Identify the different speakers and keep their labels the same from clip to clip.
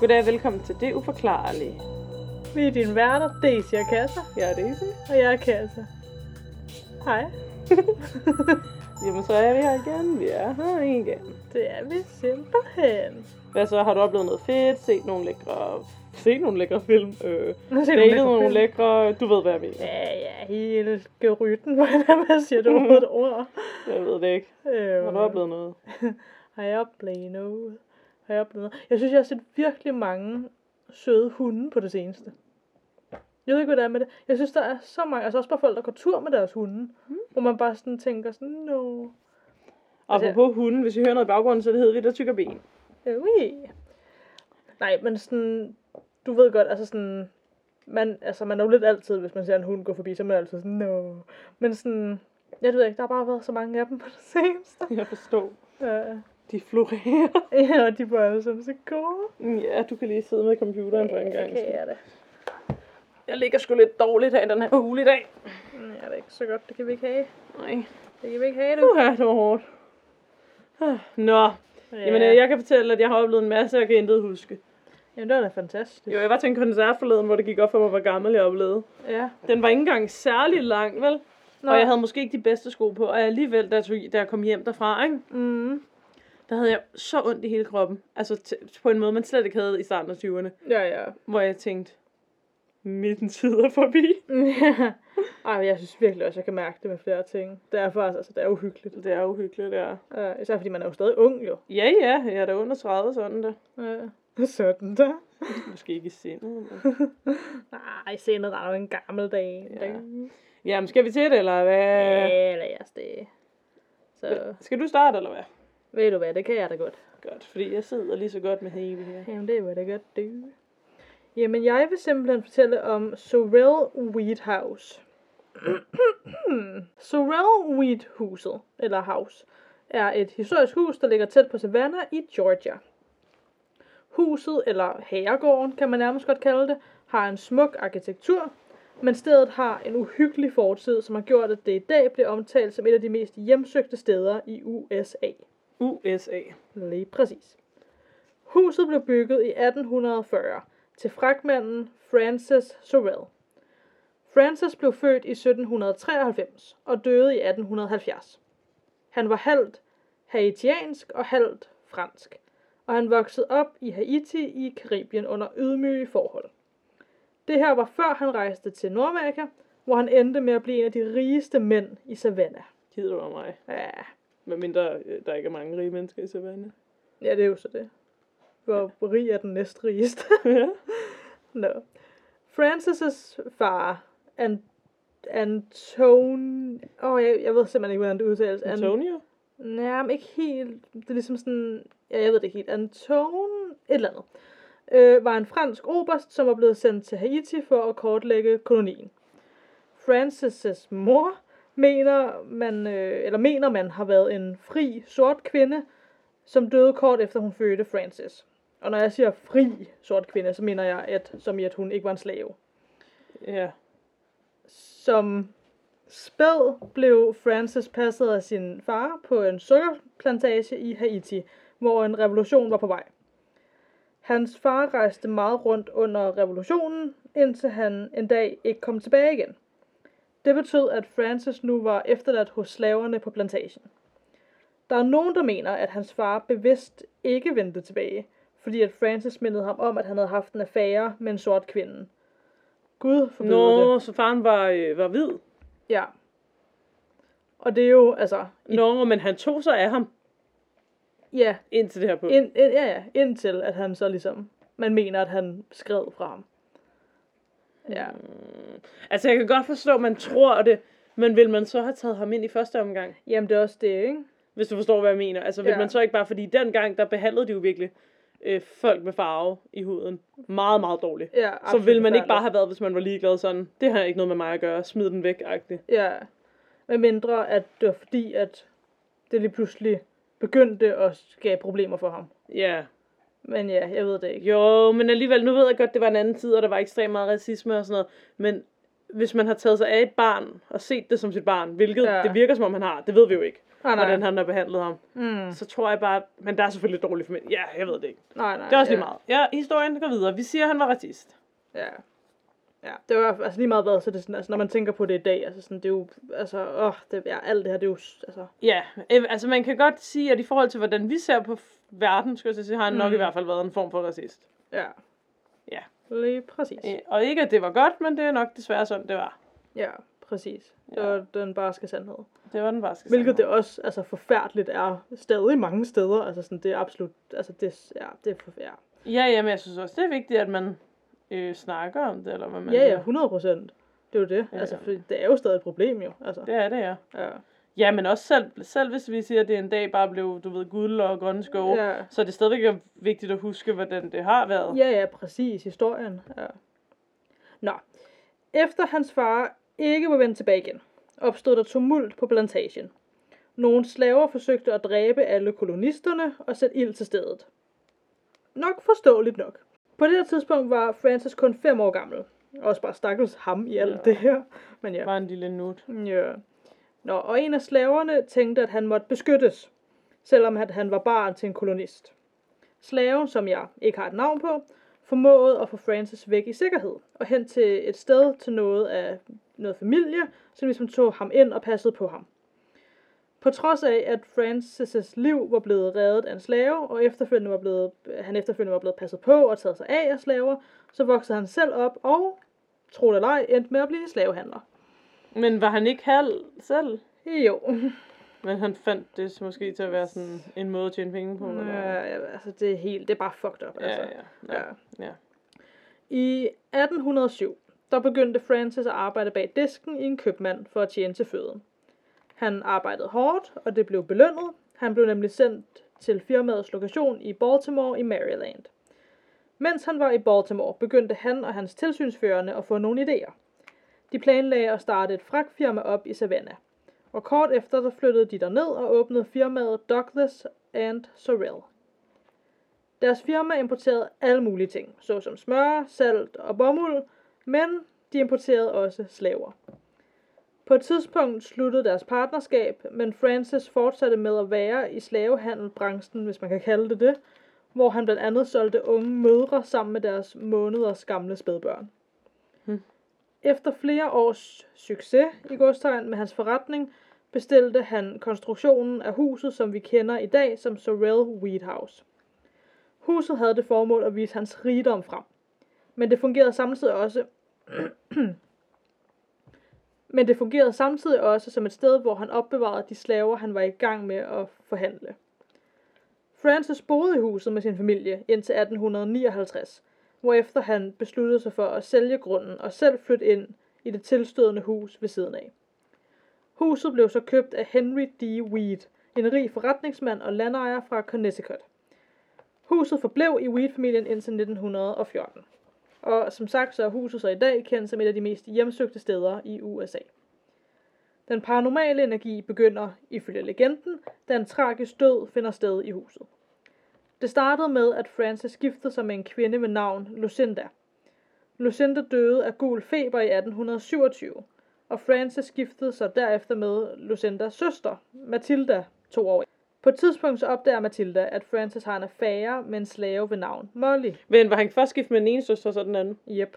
Speaker 1: Goddag og velkommen til Det Uforklarlige. Vi er dine værter, Daisy og Kasser. Jeg er Daisy.
Speaker 2: Og jeg er Kassa. Hej,
Speaker 1: Jamen, så er vi her igen. Vi er her igen.
Speaker 2: det er vi simpelthen.
Speaker 1: Hvad så? Har du oplevet noget fedt? Set nogle lækre... Set nogle lækre film? Øh,
Speaker 2: Nu ser
Speaker 1: datet nogle lækre... Du ved, hvad jeg mener.
Speaker 2: Ja, ja, hele geryten. Hvordan hvad siger du overhovedet et ord?
Speaker 1: Jeg ved det ikke.
Speaker 2: Øhm,
Speaker 1: Har du oplevet noget?
Speaker 2: Har jeg oplevet noget? Har jeg oplevet noget? Jeg synes, jeg har set virkelig mange søde hunde på det seneste. Jeg ved ikke, hvad der er med det. Jeg synes, der er så mange, altså også bare folk, der går tur med deres hunde, mm. hvor man bare sådan tænker sådan, no. Altså-
Speaker 1: Apropos hunden, hvis I hører noget i baggrunden, så hedder vi der tykker ben.
Speaker 2: Øh, Ui. Nej, men sådan, du ved godt, altså sådan, man, altså man er jo lidt altid, hvis man ser en hund gå forbi, så er man altid sådan, no. Men sådan, jeg ved ikke, der har bare været så mange af dem på det seneste.
Speaker 1: Jeg forstår.
Speaker 2: Ja,
Speaker 1: De florerer. Mm,
Speaker 2: ja og de var alle sammen så gode.
Speaker 1: Ja, du kan lige sidde med computeren for en gang.
Speaker 2: Okay, ja, det.
Speaker 1: Jeg ligger sgu lidt dårligt her i den her hule i dag.
Speaker 2: Ja, det er ikke så godt, det kan vi ikke have.
Speaker 1: Nej.
Speaker 2: Det kan vi ikke have, du.
Speaker 1: Uh, det var hårdt. Ah, Nå,
Speaker 2: Ja.
Speaker 1: Jamen, øh, jeg kan fortælle, at jeg har oplevet en masse, og jeg kan intet huske.
Speaker 2: Jamen, det var da fantastisk.
Speaker 1: Jo, jeg var til en koncert forleden, hvor det gik op for mig, hvor gammel jeg oplevede.
Speaker 2: Ja.
Speaker 1: Den var ikke engang særlig lang, vel? Nå.
Speaker 2: Nå.
Speaker 1: Og jeg havde måske ikke de bedste sko på, og alligevel, da jeg, tog, da jeg kom hjem derfra, ikke?
Speaker 2: Mm.
Speaker 1: der havde jeg så ondt i hele kroppen. Altså t- på en måde, man slet ikke havde i starten af 20'erne,
Speaker 2: Ja, ja.
Speaker 1: hvor jeg tænkte, midten tid er forbi.
Speaker 2: Ej, men jeg synes virkelig også, jeg kan mærke det med flere ting. Det er faktisk, altså, det er uhyggeligt.
Speaker 1: Det er uhyggeligt, det er.
Speaker 2: Uh, især fordi man er jo stadig ung, jo.
Speaker 1: Ja, ja, jeg er da under 30, sådan der.
Speaker 2: Uh, sådan der.
Speaker 1: Måske ikke i sindet, men...
Speaker 2: Nej, senere der er jo en gammel dag.
Speaker 1: Ja.
Speaker 2: Ja.
Speaker 1: Jamen, skal vi til det, eller hvad?
Speaker 2: Ja, lad os det. Så
Speaker 1: Skal du starte, eller hvad?
Speaker 2: ved du hvad, det kan jeg da godt.
Speaker 1: Godt, fordi jeg sidder lige så godt med Hebe her.
Speaker 2: Jamen, det var da godt, det. Jamen, jeg vil simpelthen fortælle om Sorrel Weed House. Sorrel Weed Huset, eller House, er et historisk hus, der ligger tæt på Savannah i Georgia. Huset, eller herregården, kan man nærmest godt kalde det, har en smuk arkitektur, men stedet har en uhyggelig fortid, som har gjort, at det i dag bliver omtalt som et af de mest hjemsøgte steder i USA.
Speaker 1: USA.
Speaker 2: Lige præcis. Huset blev bygget i 1840 til fragtmanden Francis Sorrel. Francis blev født i 1793 og døde i 1870. Han var halvt haitiansk og halvt fransk, og han voksede op i Haiti i Karibien under ydmyge forhold. Det her var før han rejste til Nordamerika, hvor han endte med at blive en af de rigeste mænd i Savannah. Ah.
Speaker 1: Gider du af mig?
Speaker 2: Ja,
Speaker 1: Med mindre øh, der ikke er mange rige mennesker i Savannah.
Speaker 2: ja det er jo så det. Hvor rig er den næstrigeste?
Speaker 1: ja.
Speaker 2: No. Francis' far, An- Anton... Åh, oh, jeg, jeg ved simpelthen ikke, hvordan det udtales. An-
Speaker 1: Antonio?
Speaker 2: Nej, men ikke helt. Det er ligesom sådan... Ja, jeg ved det ikke helt. Anton... Et eller andet. Øh, var en fransk oberst, som var blevet sendt til Haiti for at kortlægge kolonien. Frances' mor mener man, øh, eller mener man har været en fri sort kvinde, som døde kort efter hun fødte Frances. Og når jeg siger fri sort kvinde, så mener jeg, at, som i at hun ikke var en slave.
Speaker 1: Ja.
Speaker 2: Som spæd blev Frances passet af sin far på en sukkerplantage i Haiti, hvor en revolution var på vej. Hans far rejste meget rundt under revolutionen, indtil han en dag ikke kom tilbage igen. Det betød, at Francis nu var efterladt hos slaverne på plantagen. Der er nogen, der mener, at hans far bevidst ikke vendte tilbage, fordi at Francis mindede ham om, at han havde haft en affære med en sort kvinde. Gud forbyde det.
Speaker 1: Nå, så faren var, øh, var hvid.
Speaker 2: Ja. Og det er jo, altså... I,
Speaker 1: Nå, men han tog sig af ham
Speaker 2: ja,
Speaker 1: indtil det her punkt.
Speaker 2: ind, ind, ja, ja, indtil at han så ligesom... Man mener, at han skred fra ham. Ja.
Speaker 1: Mm. Altså, jeg kan godt forstå, at man tror det, men vil man så have taget ham ind i første omgang?
Speaker 2: Jamen, det er også det, ikke?
Speaker 1: Hvis du forstår, hvad jeg mener. Altså, vil
Speaker 2: Ja.
Speaker 1: man så ikke bare... Fordi dengang, der behandlede de jo virkelig øh, folk med farve i huden meget, meget dårligt.
Speaker 2: Ja,
Speaker 1: Så
Speaker 2: absolut
Speaker 1: ville man ikke bare
Speaker 2: forfærdeligt.
Speaker 1: have været, hvis man var ligeglad sådan. Det har ikke noget med mig at gøre. Smid den væk, agtigt.
Speaker 2: Ja. Med mindre, at det var fordi, at det lige pludselig begyndte at skabe problemer for ham.
Speaker 1: Ja. Yeah.
Speaker 2: Men ja, jeg ved det ikke.
Speaker 1: Jo, men alligevel, nu ved jeg godt, det var en anden tid, og der var ekstremt meget racisme og sådan noget. Men hvis man har taget sig af et barn og set det som sit barn, hvilket ja.
Speaker 2: Ja.
Speaker 1: det virker som om, han har, det ved vi jo ikke.
Speaker 2: Nej, Ah, nej.
Speaker 1: hvordan han har behandlet ham.
Speaker 2: Mm.
Speaker 1: Så tror jeg bare, men der er selvfølgelig dårligt for mænd. Ja, jeg ved det ikke.
Speaker 2: Nej, nej.
Speaker 1: Det er også
Speaker 2: ja.
Speaker 1: lige meget. Ja, historien går videre. Vi siger, at han var racist.
Speaker 2: Ja. Ja, det var altså lige meget hvad, så det er sådan, altså når man tænker på det i dag, altså sådan, det er jo, altså, åh, det, ja, alt det her, det er jo, s- altså,
Speaker 1: Ja, øh, altså man kan godt sige, at i forhold til, hvordan vi ser på f- verden, skulle jeg så sige, har han nok
Speaker 2: Mm.
Speaker 1: i hvert fald været en form for racist.
Speaker 2: ja.
Speaker 1: Ja.
Speaker 2: Lige præcis.
Speaker 1: Øh, og ikke, at det var godt, men det er nok desværre sådan, det var.
Speaker 2: Ja, præcis. Det
Speaker 1: Ja.
Speaker 2: var den barske sandhed.
Speaker 1: Det var den barske
Speaker 2: Hvilket det også, altså, forfærdeligt er stadig mange steder, altså sådan, det er absolut, altså, det, ja, det er forfærdeligt.
Speaker 1: Ja, ja, men jeg synes også, det er vigtigt, at man øh, snakker om det, eller hvad man
Speaker 2: Ja, ja,
Speaker 1: siger.
Speaker 2: 100 procent. Det er jo det.
Speaker 1: Ja,
Speaker 2: Ja, altså,
Speaker 1: ja.
Speaker 2: fordi det er jo stadig et problem, jo. Altså,
Speaker 1: Det er det, ja.
Speaker 2: ja.
Speaker 1: Ja, men også selv, selv hvis vi siger, at det en dag bare blev, du ved, guld og grønne skove, ja.
Speaker 2: Ja.
Speaker 1: så er det stadigvæk vigtigt at huske, hvordan det har været.
Speaker 2: Ja, ja, præcis. Historien. Ja. Nå. Efter hans far ikke var vendt tilbage igen, opstod der tumult på plantagen. Nogle slaver forsøgte at dræbe alle kolonisterne og sætte ild til stedet. Nok forståeligt nok. På det her tidspunkt var Francis kun 5 år gammel. Også bare stakkels ham i alt
Speaker 1: Ja.
Speaker 2: ja. det her. Men ja.
Speaker 1: Bare en lille nut.
Speaker 2: Ja. Nå, og en af slaverne tænkte, at han måtte beskyttes, selvom at han var barn til en kolonist. Slaven, som jeg ikke har et navn på, formåede at få Francis væk i sikkerhed og hen til et sted til noget af noget familie, som ligesom tog ham ind og passede på ham. På trods af, at Francis' liv var blevet reddet af en slave, og efterfølgende var blevet, han efterfølgende var blevet passet på og taget sig af af slaver, så voksede han selv op og, tro det eller ej, endte med at blive slavehandler.
Speaker 1: Men var han ikke halv selv?
Speaker 2: Jo,
Speaker 1: Men han fandt det måske til at være sådan en måde at tjene penge på.
Speaker 2: Nå,
Speaker 1: eller hvad?
Speaker 2: ja, altså det er helt, det er bare fucked up, altså.
Speaker 1: ja, ja. ja. ja.
Speaker 2: I 1807, der begyndte Francis at arbejde bag disken i en købmand for at tjene til føden. Han arbejdede hårdt, og det blev belønnet. Han blev nemlig sendt til firmaets lokation i Baltimore i Maryland. Mens han var i Baltimore, begyndte han og hans tilsynsførende at få nogle idéer. De planlagde at starte et fragtfirma op i Savannah. Og kort efter, så flyttede de derned og åbnede firmaet Douglas and Sorrel. Deres firma importerede alle mulige ting, såsom smør, salt og bomuld, men de importerede også slaver. På et tidspunkt sluttede deres partnerskab, men Francis fortsatte med at være i slavehandelbranchen, hvis man kan kalde det det, hvor han blandt andet solgte unge mødre sammen med deres måneders gamle spædbørn.
Speaker 1: Hmm.
Speaker 2: Efter flere års succes i godstegn med hans forretning, bestilte han konstruktionen af huset, som vi kender i dag som Sorrel Wheat House. Huset havde det formål at vise hans rigdom frem. Men det fungerede samtidig også Men det fungerede samtidig også som et sted, hvor han opbevarede de slaver, han var i gang med at forhandle. Francis boede i huset med sin familie indtil 1859, hvorefter han besluttede sig for at sælge grunden og selv flytte ind i det tilstødende hus ved siden af. Huset blev så købt af Henry D. Weed, en rig forretningsmand og landejer fra Connecticut. Huset forblev i Weed-familien indtil 1914. Og som sagt, så er huset så i dag kendt som et af de mest hjemsøgte steder i USA. Den paranormale energi begynder, ifølge legenden, da en tragisk død finder sted i huset. Det startede med, at Francis giftede sig med en kvinde ved navn Lucinda. Lucinda døde af gul feber i 1827, og Francis giftede sig derefter med Lucindas søster, Matilda, to år på et tidspunkt så opdager Matilda, at Francis har en affære med en slave ved navn Molly.
Speaker 1: Men var han først gift med den ene søster, og så den anden?
Speaker 2: Jep.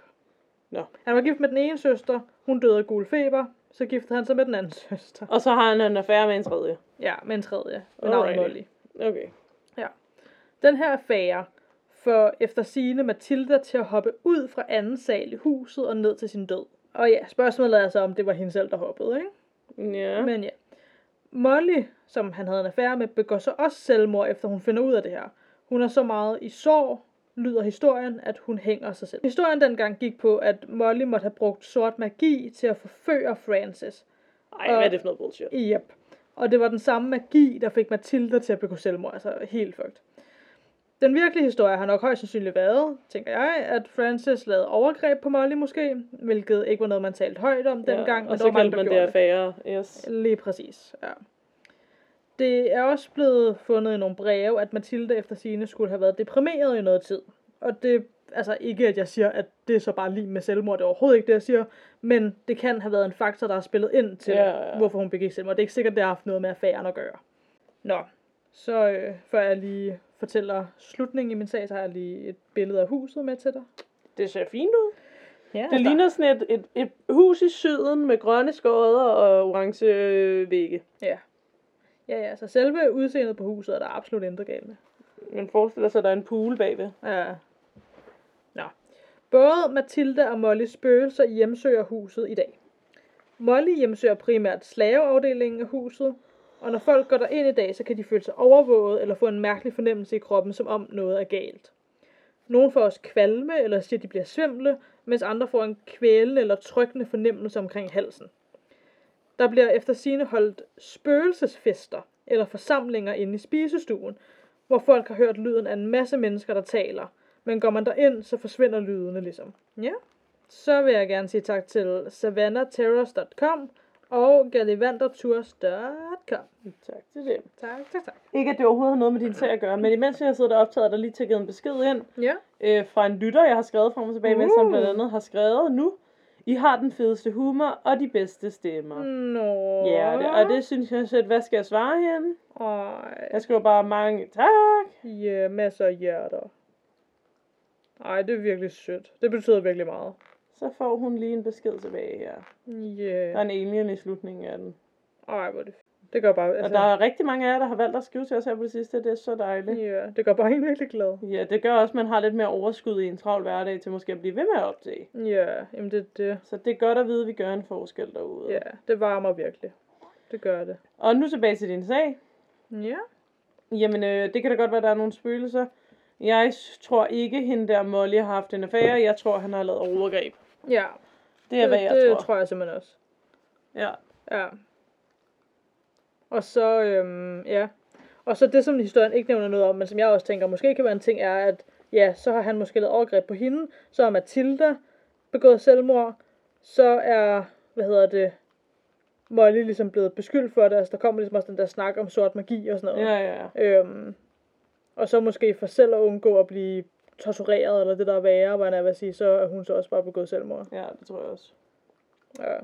Speaker 1: Nå.
Speaker 2: Han var gift med den ene søster, hun døde af gul feber, så giftede han sig med den anden søster.
Speaker 1: Og så har han en affære med en tredje.
Speaker 2: Ja, med en tredje, med navn
Speaker 1: Alrighty.
Speaker 2: Molly.
Speaker 1: Okay.
Speaker 2: Den her affære får efter sine Matilda til at hoppe ud fra anden sal i huset og ned til sin død. Og ja, spørgsmålet er så, om det var hende selv, der hoppede, ikke?
Speaker 1: Ja.
Speaker 2: Men ja. Molly, som han havde en affære med, begår så også selvmord, efter hun finder ud af det her. Hun er så meget i sorg, lyder historien, at hun hænger sig selv. Historien dengang gik på, at Molly måtte have brugt sort magi til at forføre Francis.
Speaker 1: Ej, hvad er det for noget bullshit?
Speaker 2: Yep. Og det var den samme magi, der fik Matilda til at begå selvmord, altså helt fucked. Den virkelige historie har nok højst sandsynligt været, tænker jeg, at Francis lavede overgreb på Molly måske, hvilket ikke var noget, man talte højt om dengang.
Speaker 1: ja.
Speaker 2: men
Speaker 1: Og
Speaker 2: der
Speaker 1: så
Speaker 2: var mange,
Speaker 1: kaldte
Speaker 2: der
Speaker 1: man det
Speaker 2: gjorde
Speaker 1: affære. Yes.
Speaker 2: Lige præcis, ja. Det er også blevet fundet i nogle breve, at Mathilde efter sine skulle have været deprimeret i noget tid. Og det altså ikke at jeg siger, at det er så bare lige med selvmord, det er overhovedet ikke det, jeg siger, men det kan have været en faktor, der har spillet ind til,
Speaker 1: Ja, ja, ja.
Speaker 2: hvorfor hun begik selvmord. Det er ikke sikkert, det har haft noget med affæren at gøre. Nå, så øh, før jeg lige fortæller slutningen i min sag, så har jeg lige et billede af huset med til dig.
Speaker 1: Det ser fint ud.
Speaker 2: Ja,
Speaker 1: Det ligner sådan et, et, et hus i syden med grønne skodder og orange øh, vægge.
Speaker 2: Ja. Ja, ja, så selve udseendet på huset er der absolut intet galt med.
Speaker 1: Man forestiller sig, at der er en pool bagved.
Speaker 2: Ja. Nå. Både Mathilde og Molly spøgelser hjemsøger huset i dag. Molly hjemsøger primært slaveafdelingen af huset, og når folk går ind i dag, så kan de føle sig overvåget eller få en mærkelig fornemmelse i kroppen, som om noget er galt. Nogle får også kvalme eller siger, at de bliver svimle, mens andre får en kvælende eller trykkende fornemmelse omkring halsen. Der bliver efter sine holdt spøgelsesfester eller forsamlinger inde i spisestuen, hvor folk har hørt lyden af en masse mennesker, der taler. Men går man derind, så forsvinder lydene ligesom. Ja. Så vil jeg gerne sige tak til savannahterrors.com og gallivandertours.com.
Speaker 1: Tak til dem.
Speaker 2: Tak, tak, tak.
Speaker 1: Ikke, at det overhovedet har noget med din sag at gøre, men imens jeg sidder der optaget, er der lige tækket en besked ind
Speaker 2: Ja.
Speaker 1: øh, fra en lytter, jeg har skrevet frem og tilbage med, som
Speaker 2: Uh.
Speaker 1: blandt andet har skrevet nu. I har den fedeste humor og de bedste stemmer. Mm.
Speaker 2: Nå.
Speaker 1: Ja, det, og det synes jeg selv, hvad skal jeg svare hende?
Speaker 2: Ej,
Speaker 1: Jeg skriver bare mange tak.
Speaker 2: ja, masser af hjerter. Ej, det er virkelig sødt. Det betyder virkelig meget.
Speaker 1: Så får hun lige en besked tilbage her.
Speaker 2: Ja.
Speaker 1: Der er en alien i slutningen af den.
Speaker 2: Ej, hvor er det fedt. Det gør bare,
Speaker 1: Og
Speaker 2: altså,
Speaker 1: der er rigtig mange af jer, der har valgt at skrive til os her på det sidste. Det er så dejligt.
Speaker 2: ja, det gør bare en virkelig glad.
Speaker 1: Ja, det gør også, at man har lidt mere overskud i en travl hverdag til måske at blive ved med at opdage.
Speaker 2: Ja, jamen det, det,
Speaker 1: Så det er godt at vide, at vi gør en forskel derude.
Speaker 2: ja, det varmer virkelig. Det gør det.
Speaker 1: Og nu tilbage til din sag.
Speaker 2: Ja.
Speaker 1: Jamen, øh, det kan da godt være, at der er nogle spøgelser. Jeg s- tror ikke, hende der Molly har haft en affære. Jeg tror, han har lavet overgreb.
Speaker 2: Ja,
Speaker 1: Det er, hvad jeg
Speaker 2: det
Speaker 1: tror.
Speaker 2: tror jeg simpelthen også.
Speaker 1: Ja.
Speaker 2: Ja. Og så, øhm, ja. Og så det, som historien ikke nævner noget om, men som jeg også tænker, måske kan være en ting, er, at ja, så har han måske lavet overgreb på hende, så har Matilda begået selvmord, så er, hvad hedder det, Molly ligesom blevet beskyldt for det, altså der kommer ligesom også den der snak om sort magi og sådan noget.
Speaker 1: Ja, ja, ja.
Speaker 2: Øhm, og så måske for selv at undgå at blive tortureret, eller det der er værre, hvad jeg vil sige, så er hun så også bare begået selvmord.
Speaker 1: Ja, det tror jeg også.
Speaker 2: Ja.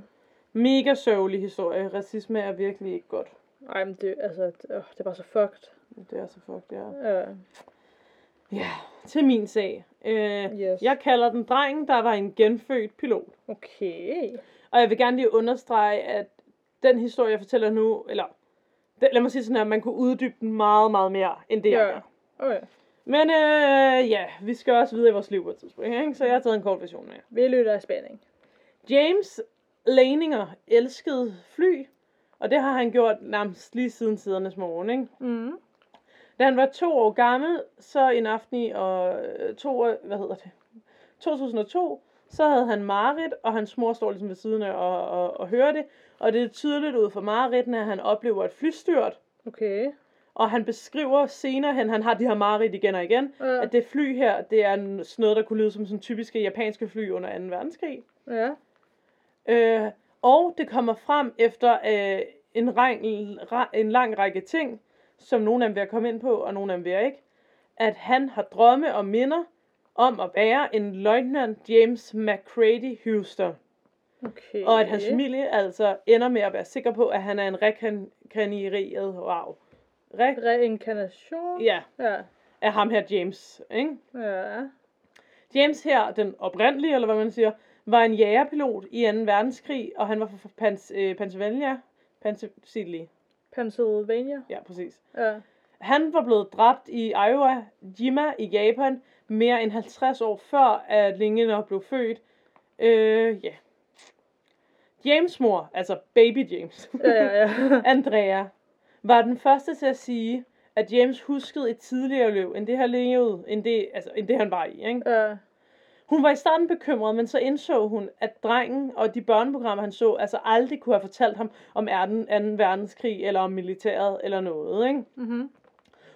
Speaker 1: Mega sørgelig historie. Racisme er virkelig ikke godt.
Speaker 2: Ej, men det, altså, det, øh, det er bare så fucked. Øh,
Speaker 1: Det er så fucked, det er.
Speaker 2: Ja.
Speaker 1: Ja, til min sag. Øh,
Speaker 2: Yes.
Speaker 1: Jeg kalder den drengen, der var en genfødt pilot.
Speaker 2: Okay.
Speaker 1: Og jeg vil gerne lige understrege, at den historie, jeg fortæller nu, eller den, lad mig sige sådan her, man kunne uddybe den meget, meget mere, end det ja. jeg
Speaker 2: Ja.
Speaker 1: gør.
Speaker 2: Okay.
Speaker 1: Men øh, ja, vi skal også videre i vores liv på et tidspunkt, ikke? så jeg har taget en kort version med. jer.
Speaker 2: Vi lytter i spænding.
Speaker 1: James Laninger elskede fly, og det har han gjort nærmest lige siden tidernes morgen. Ikke?
Speaker 2: Mm.
Speaker 1: Da han var to år gammel, så en aften i og, øh, to, år- hvad hedder det? 2002, så havde han Marit, og hans mor står ligesom ved siden af og, og, og hører det. Og det er tydeligt ud for Marit, at han oplever et flystyrt,
Speaker 2: Okay.
Speaker 1: og han beskriver senere hen, han har de her Marit igen og igen,
Speaker 2: Ja.
Speaker 1: at det fly her, det er en- sådan noget, der kunne lyde som sådan typiske japanske fly under 2. verdenskrig.
Speaker 2: Ja.
Speaker 1: Øh, og det kommer frem efter øh, en, rang, ra- en lang række ting, som nogle af dem vil jeg komme ind på, og nogle af dem vil jeg ikke, at han har drømme og minder om at være en løjtnant James McCready Houston.
Speaker 2: Okay.
Speaker 1: Og at hans familie altså ender med at være sikker på, at han er en rekanirieret wow. Re-
Speaker 2: Reinkarnation?
Speaker 1: ja,
Speaker 2: Ja.
Speaker 1: af ham her James, ikke?
Speaker 2: Ja.
Speaker 1: James her, den oprindelige, eller hvad man siger, var en jægerpilot i 2. verdenskrig, og han var fra Pans, øh, Pennsylvania. Pennsylvania.
Speaker 2: Pennsylvania?
Speaker 1: Ja, præcis.
Speaker 2: Ja.
Speaker 1: Han var blevet dræbt i Iowa, Jima i Japan, mere end 50 år før, at Lingener blev født. Øh, ja. James' mor, altså baby James,
Speaker 2: Ja, ja, ja.
Speaker 1: Andrea, var den første til at sige, at James huskede et tidligere løb, end det her levede, end det, altså, end det han var i, ikke?
Speaker 2: ja.
Speaker 1: Hun var i starten bekymret, men så indså hun, at drengen og de børneprogrammer, han så, altså aldrig kunne have fortalt ham om 2. verdenskrig, eller om militæret, eller noget. Ikke?
Speaker 2: Mhm.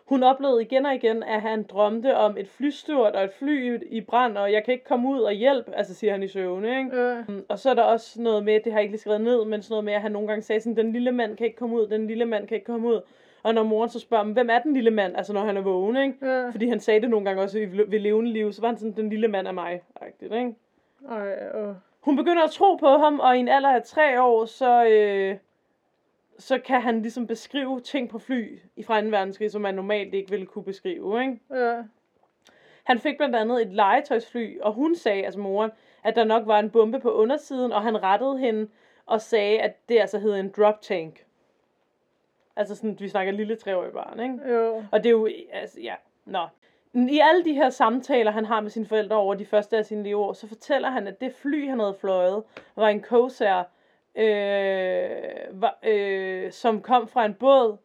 Speaker 1: Hun oplevede igen og igen, at han drømte om et flystort og et fly i brand, og jeg kan ikke komme ud og hjælpe, altså siger han i søvne. Ikke?
Speaker 2: Ja.
Speaker 1: Mm, Og så er der også noget med, det har jeg ikke lige skrevet ned, men sådan noget med, at han nogle gange sagde sådan, den lille mand kan ikke komme ud, den lille mand kan ikke komme ud. Og når moren så spørger, "Men hvem er den lille mand, altså når han er vågen, ikke?
Speaker 2: Ja.
Speaker 1: Fordi han sagde det nogle gange også i le- ved levende liv, så var han sådan, den lille mand af mig, agtigt, ikke?
Speaker 2: Ej, og...
Speaker 1: Hun begynder at tro på ham, og i en alder af tre år, så, øh, så kan han ligesom beskrive ting på fly i fra 2. verdenskrig, som man normalt ikke ville kunne beskrive, ikke?
Speaker 2: Ja.
Speaker 1: Han fik blandt andet et legetøjsfly, og hun sagde, altså moren, at der nok var en bombe på undersiden, og han rettede hende og sagde, at det altså hed en drop tank. Altså sådan, vi snakker lille treårig barn, ikke?
Speaker 2: Jo.
Speaker 1: Og det er jo, altså, ja, nå. I alle de her samtaler, han har med sine forældre over de første af sine leveår, så fortæller han, at det fly, han havde fløjet, var en Corsair, øh, var, øh, som kom fra en båd,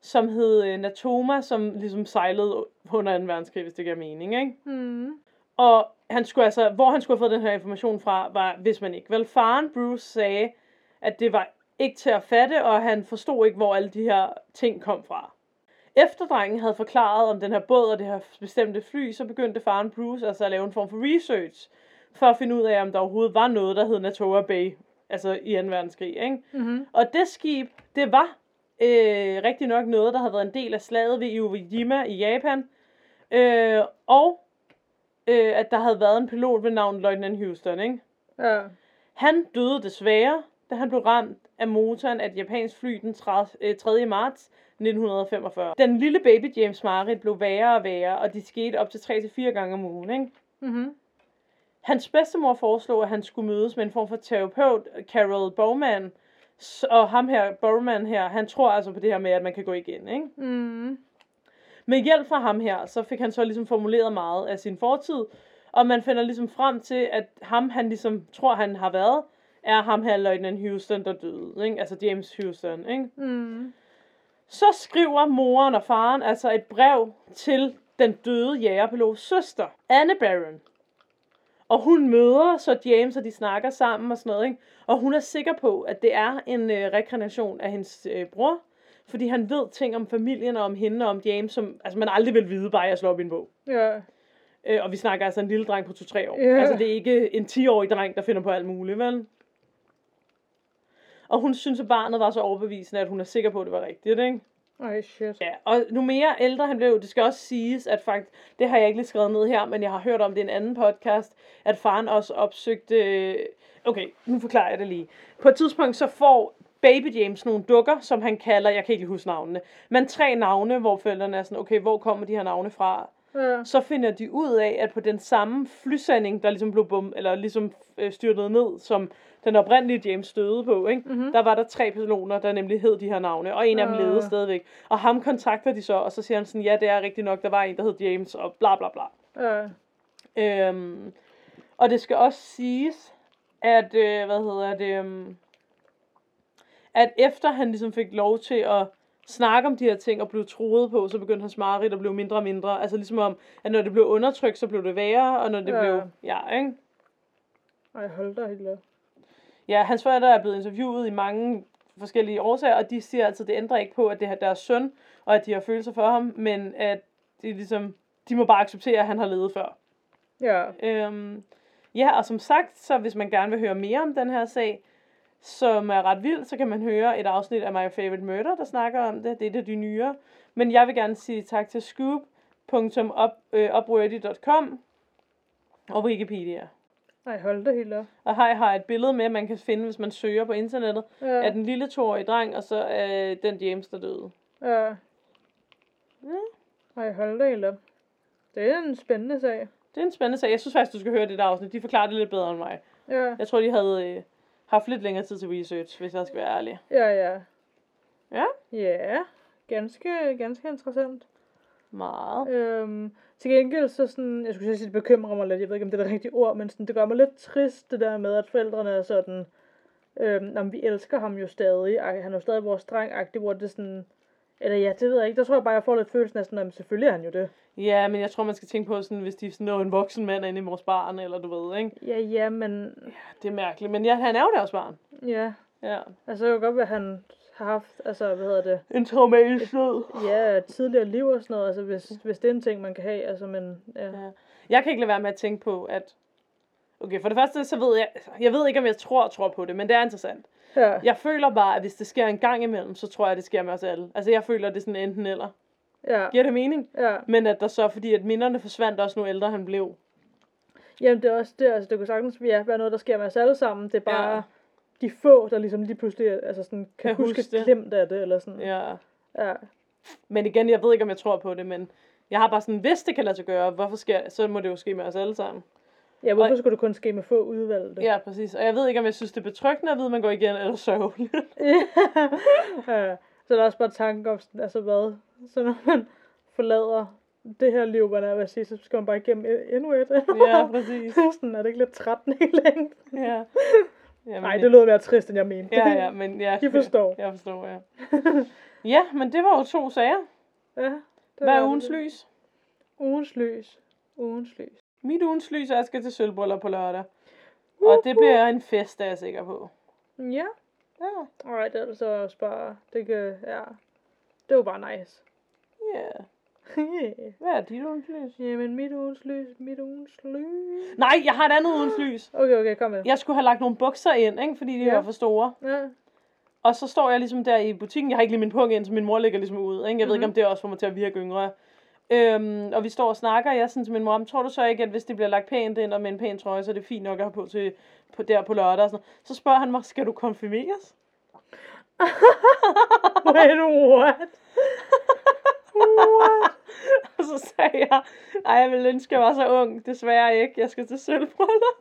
Speaker 1: som hed øh, Natoma, som ligesom sejlede under 2. verdenskrig, hvis det giver mening, ikke?
Speaker 2: Mm.
Speaker 1: Og han skulle altså, hvor han skulle have fået den her information fra, var, hvis man ikke. Vel, faren Bruce sagde, at det var ikke til at fatte, og han forstod ikke, hvor alle de her ting kom fra. Efter drengen havde forklaret om den her båd og det her bestemte fly, så begyndte faren Bruce altså at lave en form for research, for at finde ud af, om der overhovedet var noget, der hed Natoa Bay, altså i 2. verdenskrig, ikke?
Speaker 2: Mm-hmm.
Speaker 1: Og det skib, det var øh, rigtig nok noget, der havde været en del af slaget ved Iwo Jima i Japan. Øh, og øh, at der havde været en pilot ved navn Lieutenant Houston, ikke?
Speaker 2: Ja.
Speaker 1: Han døde desværre, da han blev ramt af motoren af et japansk fly den 30, øh, 3. marts 1945. Den lille baby James Marit blev værre og værre, og det skete op til 3-4 gange om ugen, ikke?
Speaker 2: Mm-hmm.
Speaker 1: Hans bedstemor foreslog, at han skulle mødes med en form for terapeut, Carol Bowman. S- Og ham her, Bowman her, han tror altså på det her med, at man kan gå igen, ikke?
Speaker 2: Mm.
Speaker 1: Med hjælp fra ham her, så fik han så ligesom formuleret meget af sin fortid, og man finder ligesom frem til, at ham han ligesom tror, han har været, er ham her Lieutenant Houston, der døde, ikke? Altså James Houston, ikke?
Speaker 2: Mm.
Speaker 1: Så skriver moren og faren altså et brev til den døde jægerpilots søster, Anne Barron. Og hun møder så James, og de snakker sammen og sådan noget, ikke? Og hun er sikker på, at det er en øh, rekreation af hendes øh, bror, fordi han ved ting om familien og om hende og om James, som altså, man aldrig vil vide, bare jeg slår op i en bog.
Speaker 2: Ja.
Speaker 1: Øh, og vi snakker altså en lille dreng på 2-3 år.
Speaker 2: Ja.
Speaker 1: Yeah. Altså det er ikke en 10-årig dreng, der finder på alt muligt, vel? Og hun synes, at barnet var så overbevisende, at hun er sikker på, at det var rigtigt, ikke?
Speaker 2: Ej, shit.
Speaker 1: Ja, og nu mere ældre han blev, det skal også siges, at faktisk, det har jeg ikke lige skrevet ned her, men jeg har hørt om det i en anden podcast, at faren også opsøgte, øh, okay, nu forklarer jeg det lige. På et tidspunkt så får Baby James nogle dukker, som han kalder, jeg kan ikke lige huske navnene, men tre navne, hvor forældrene er sådan, okay, hvor kommer de her navne fra?
Speaker 2: Ja.
Speaker 1: Så finder de ud af, at på den samme flysending, der ligesom blev bum, eller ligesom øh, styrtet ned, som den oprindelige James døde på, ikke?
Speaker 2: Mm-hmm.
Speaker 1: der var der tre personer, der nemlig hed de her navne, og en af dem
Speaker 2: Ah.
Speaker 1: levede stadigvæk. Og ham kontakter de så, og så siger han sådan, ja, det er rigtigt nok, der var en, der hed James, og bla bla bla.
Speaker 2: Ja.
Speaker 1: Øhm, og det skal også siges, at, øh, hvad hedder det, øhm, at efter han ligesom fik lov til at snakke om de her ting og blev troet på, så begyndte hans mareridt at blive mindre og mindre. Altså ligesom om, at når det blev undertrykt, så blev det værre, og når det
Speaker 2: Ja.
Speaker 1: ja. blev, ja, ikke?
Speaker 2: Ej, hold da helt op.
Speaker 1: Ja, hans forældre er blevet interviewet i mange forskellige årsager, og de siger altid, at det ændrer ikke på, at det er deres søn, og at de har følelser for ham, men at de, ligesom, de må bare acceptere, at han har levet før.
Speaker 2: Ja.
Speaker 1: Øhm, ja, og som sagt, så hvis man gerne vil høre mere om den her sag, som er ret vild, så kan man høre et afsnit af My Favorite Murder, der snakker om det. Det er et af de nyere. Men jeg vil gerne sige tak til øh, scoop.upworthy.com og Wikipedia.
Speaker 2: Ej, hold da helt op.
Speaker 1: Og hej har et billede med, man kan finde, hvis man søger på internettet
Speaker 2: Ja.
Speaker 1: af den lille toårige dreng, og så øh, den James, der døde.
Speaker 2: Ja.
Speaker 1: Ja.
Speaker 2: Ej, hold da helt op. Det er en spændende sag.
Speaker 1: Det er en spændende sag. Jeg synes faktisk, du skal høre det der afsnit. De forklarer det lidt bedre end mig.
Speaker 2: Ja.
Speaker 1: Jeg tror, de havde øh, haft lidt længere tid til research, hvis jeg skal være ærlig.
Speaker 2: Ja, ja.
Speaker 1: Ja.
Speaker 2: Ja. Ganske, ganske interessant.
Speaker 1: Meget.
Speaker 2: Øhm, til gengæld så sådan, jeg skulle til at sige, det bekymrer mig lidt, jeg ved ikke, om det er det rigtige ord, men sådan, det gør mig lidt trist, det der med, at forældrene er sådan, øhm, om vi elsker ham jo stadig, ag- han er jo stadig vores dreng, hvor det sådan, eller ja, det ved jeg ikke, der tror jeg bare, jeg får lidt følelsen af sådan, at selvfølgelig er han jo det.
Speaker 1: Ja, men jeg tror, man skal tænke på, sådan, hvis de sådan, når en voksen mand er inde i vores barn, eller du ved, ikke?
Speaker 2: Ja, ja, men,
Speaker 1: Det er mærkeligt, men ja, han er jo deres barn.
Speaker 2: ja,
Speaker 1: Ja.
Speaker 2: altså jeg kan godt være, at han har haft, altså, hvad hedder det,
Speaker 1: En traumatisk død.
Speaker 2: ja, tidligere liv og sådan noget, altså hvis, hvis det er en ting, man kan have, altså, men, ja.
Speaker 1: Jeg kan ikke lade være med at tænke på, at Okay, for det første, så ved jeg, jeg ved ikke, om jeg tror, tror på det, men det er interessant.
Speaker 2: Ja.
Speaker 1: Jeg føler bare, at hvis det sker en gang imellem, så tror jeg, det sker med os alle. Altså, jeg føler, det er sådan enten eller.
Speaker 2: Ja.
Speaker 1: Giver det mening?
Speaker 2: ja.
Speaker 1: Men at der så, fordi at minderne forsvandt også, nu ældre han blev.
Speaker 2: Jamen, det er også det, altså, det kunne sagtens ja, være noget, der sker med os alle sammen. Det er bare
Speaker 1: Ja.
Speaker 2: ja. de få, der ligesom lige pludselig altså sådan, kan,
Speaker 1: Kan
Speaker 2: kan huske,
Speaker 1: huske det.
Speaker 2: huske glemt af det, eller sådan.
Speaker 1: Ja.
Speaker 2: ja.
Speaker 1: Men igen, jeg ved ikke, om jeg tror på det, men jeg har bare sådan, hvis det kan lade sig gøre, hvorfor sker, så må det jo ske med os alle sammen.
Speaker 2: ja hvorfor
Speaker 1: Og-
Speaker 2: skulle det kun ske med få udvalgte?
Speaker 1: Ja, præcis. Og jeg ved ikke, om jeg synes, det er betryggende at vide, at man går igen eller sørgeligt.
Speaker 2: ja. Så der er også bare tanken om, sådan, altså hvad, så når man forlader det her liv, man er ved at sige, så skal man bare igennem e- endnu et.
Speaker 1: ja, præcis.
Speaker 2: sådan, er det ikke lidt trættende i længden?
Speaker 1: Ja. Jamen,
Speaker 2: Nej, det lød mere trist, end jeg mente.
Speaker 1: Ja, ja, men ja.
Speaker 2: I forstår.
Speaker 1: Jeg forstår, ja. ja, men det var jo to sager.
Speaker 2: ja det
Speaker 1: Hvad
Speaker 2: var
Speaker 1: er
Speaker 2: det.
Speaker 1: ugens lys?
Speaker 2: Ugens lys. Ugens lys.
Speaker 1: Mit ugens lys er, at jeg skal til sølvbryllup på lørdag. Og det bliver en fest, er jeg sikker på.
Speaker 2: Ja.
Speaker 1: Ja,
Speaker 2: Alright, det er altså også bare, det kan, ja. Det var bare nice.
Speaker 1: ja. Hvad er dit ugens lys?
Speaker 2: Jamen, mit ugens lys, mit ugens lys.
Speaker 1: Nej, jeg har et andet ugens lys.
Speaker 2: Okay, okay, kom med.
Speaker 1: Jeg skulle have lagt nogle bukser ind, ikke? fordi de
Speaker 2: Ja.
Speaker 1: var for store.
Speaker 2: Ja.
Speaker 1: Og så står jeg ligesom der i butikken. Jeg har ikke lige min pung ind, så min mor ligger ligesom ude. Ikke? Jeg ved ikke,
Speaker 2: Mhm.
Speaker 1: om det også får mig til at virke yngre. Øhm, og vi står og snakker, og jeg er sådan til min mor, "Men tror du så ikke, at hvis det bliver lagt pænt ind og med en pæn trøje, så er det fint nok at have på til på, der på lørdag og sådan noget. Så spørger han mig, skal du konfirmeres?
Speaker 2: Wait, what? what?
Speaker 1: og så sagde jeg, nej, jeg ville ønske, at jeg var så ung. Desværre ikke, jeg skal til sølvbrøller.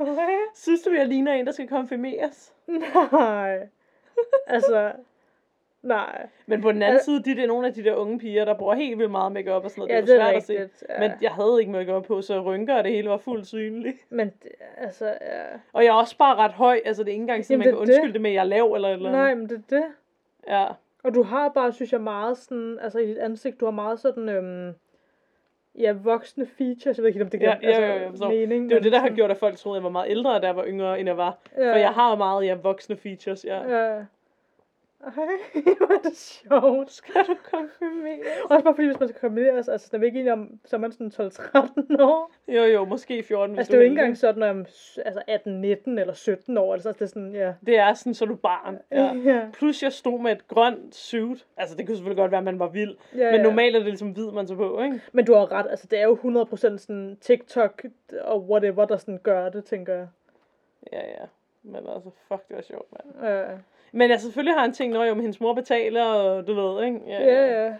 Speaker 2: What?
Speaker 1: Synes du, jeg ligner en, der skal konfirmeres?
Speaker 2: Nej. Altså, nej.
Speaker 1: Men på den anden
Speaker 2: Øh.
Speaker 1: side, de, det er nogle af de der unge piger, der bruger helt vildt meget makeup og sådan noget.
Speaker 2: Ja,
Speaker 1: det er jo
Speaker 2: det er
Speaker 1: svært at se.
Speaker 2: rigtigt. Ja.
Speaker 1: Men jeg havde ikke makeup på, så rynker og det hele var fuldt synligt.
Speaker 2: Men, det- altså, ja.
Speaker 1: Og jeg er også bare ret høj, altså det er ikke engang sådan,
Speaker 2: Jamen,
Speaker 1: man kan
Speaker 2: det er det.
Speaker 1: undskylde det med, at jeg er lav eller et eller andet.
Speaker 2: Nej, men det er det.
Speaker 1: Ja,
Speaker 2: Og du har bare, synes jeg, meget sådan, altså i dit ansigt, du har meget sådan, øhm, ja, voksne features. Jeg ved ikke helt, om det giver altså,
Speaker 1: Ja, ja, ja, ja, jeg forstår.
Speaker 2: mening.
Speaker 1: det er jo
Speaker 2: men
Speaker 1: det, der har
Speaker 2: sådan-
Speaker 1: gjort, at folk troede, at jeg var meget ældre, da jeg var yngre, end jeg var.
Speaker 2: Ja.
Speaker 1: For jeg har jo meget, ja, voksne features, ja.
Speaker 2: Øh. Ej, hvor er det sjovt.
Speaker 1: Skal du konfirmeres?
Speaker 2: Også bare fordi, hvis man skal kombineres, altså sådan, er vi ikke enige om, så er man sådan 12-13 år.
Speaker 1: Jo, jo, måske 14, hvis
Speaker 2: Altså,
Speaker 1: du
Speaker 2: det er jo ikke
Speaker 1: heldig.
Speaker 2: engang sådan, om altså 18, 19 eller 17 år, altså det er sådan, ja.
Speaker 1: Det er sådan, så er du barn. Ja.
Speaker 2: ja.
Speaker 1: Plus jeg stod med et grønt suit. Altså, det kunne selvfølgelig godt være, at man var vild.
Speaker 2: ja,
Speaker 1: Men
Speaker 2: ja.
Speaker 1: normalt er det ligesom hvid, man tager på, ikke?
Speaker 2: Men du har ret, altså det er jo 100% sådan TikTok og whatever, der sådan gør det, tænker jeg.
Speaker 1: Ja, ja. Men altså, fuck, det var sjovt, mand.
Speaker 2: Ja,
Speaker 1: Men altså, selvfølgelig har han tænkt, når jo, men hendes mor betaler, og du ved, ikke?
Speaker 2: ja, ja.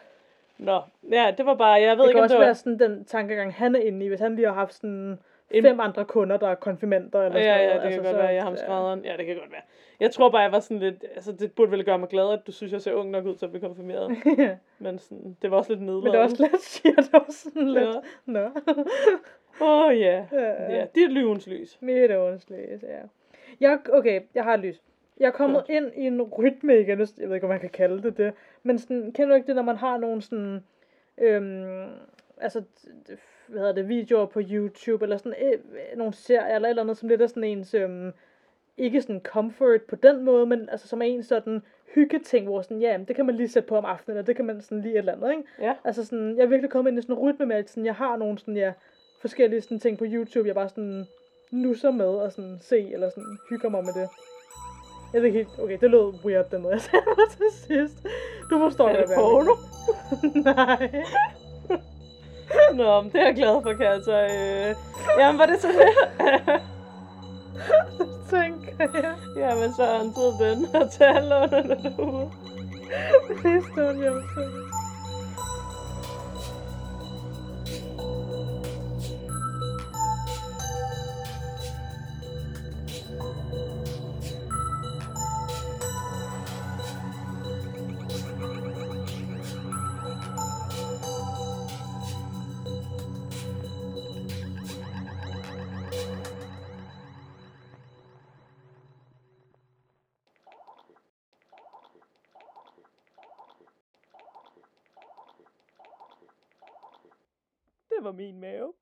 Speaker 1: Nå, ja, det var bare, jeg ved
Speaker 2: Det
Speaker 1: Øh, ikke,
Speaker 2: kan
Speaker 1: om det
Speaker 2: også
Speaker 1: var...
Speaker 2: være sådan den tankegang, han er inde i, hvis han lige har haft sådan
Speaker 1: En-
Speaker 2: fem andre kunder, der er konfirmander eller
Speaker 1: Ja,
Speaker 2: sådan
Speaker 1: ja,
Speaker 2: noget.
Speaker 1: det kan
Speaker 2: altså,
Speaker 1: godt
Speaker 2: så-
Speaker 1: være, jeg har ham
Speaker 2: ja.
Speaker 1: skrædderen. Ja, det kan godt være. Jeg tror bare, jeg var sådan lidt... Altså, det burde vel gøre mig glad, at du synes, jeg ser ung nok ud til at blive konfirmeret.
Speaker 2: Ja.
Speaker 1: Men sådan, det var også lidt nedladende.
Speaker 2: Men det er også lidt, siger det også sådan lidt.
Speaker 1: Ja.
Speaker 2: Nå. Øh,
Speaker 1: Åh, oh, ja.
Speaker 2: Ja.
Speaker 1: Ja, dit lyvens lys.
Speaker 2: Mit åndsløs, ja. Jeg, okay, jeg har et lys. Jeg er kommet
Speaker 1: Godt.
Speaker 2: ind i en rytme igen. Jeg ved ikke, om man kan kalde det det. Men sådan, kender du ikke det, når man har nogle sådan... Øhm, altså, d- d- hvad hedder det, videoer på YouTube, eller sådan øh, øh, nogle serier, eller et eller andet, som lidt er sådan ens, øhm, ikke sådan comfort på den måde, men altså som er en sådan hyggeting, hvor sådan, ja, jamen, det kan man lige sætte på om aftenen, eller det kan man sådan lige et eller andet, ikke?
Speaker 1: Ja.
Speaker 2: Altså sådan, jeg er virkelig kommet ind i sådan en rytme med, at sådan, jeg har nogle sådan, ja, forskellige sådan ting på YouTube, jeg bare sådan nusser med og sådan se, eller sådan hygger mig med det. Jeg ved ikke helt, okay, det lød weird, den måde, jeg sagde det til sidst. Du forstår
Speaker 1: Er
Speaker 2: godt,
Speaker 1: det
Speaker 2: hvad jeg
Speaker 1: porno?
Speaker 2: mener. Nej.
Speaker 1: Nå, men det er jeg glad for, kan jeg så... Øh... Jamen, var det så det?
Speaker 2: Tænker jeg.
Speaker 1: Jamen, så er han tid den og taler under det ude.
Speaker 2: Please don't jump to me.
Speaker 1: Det var min mave.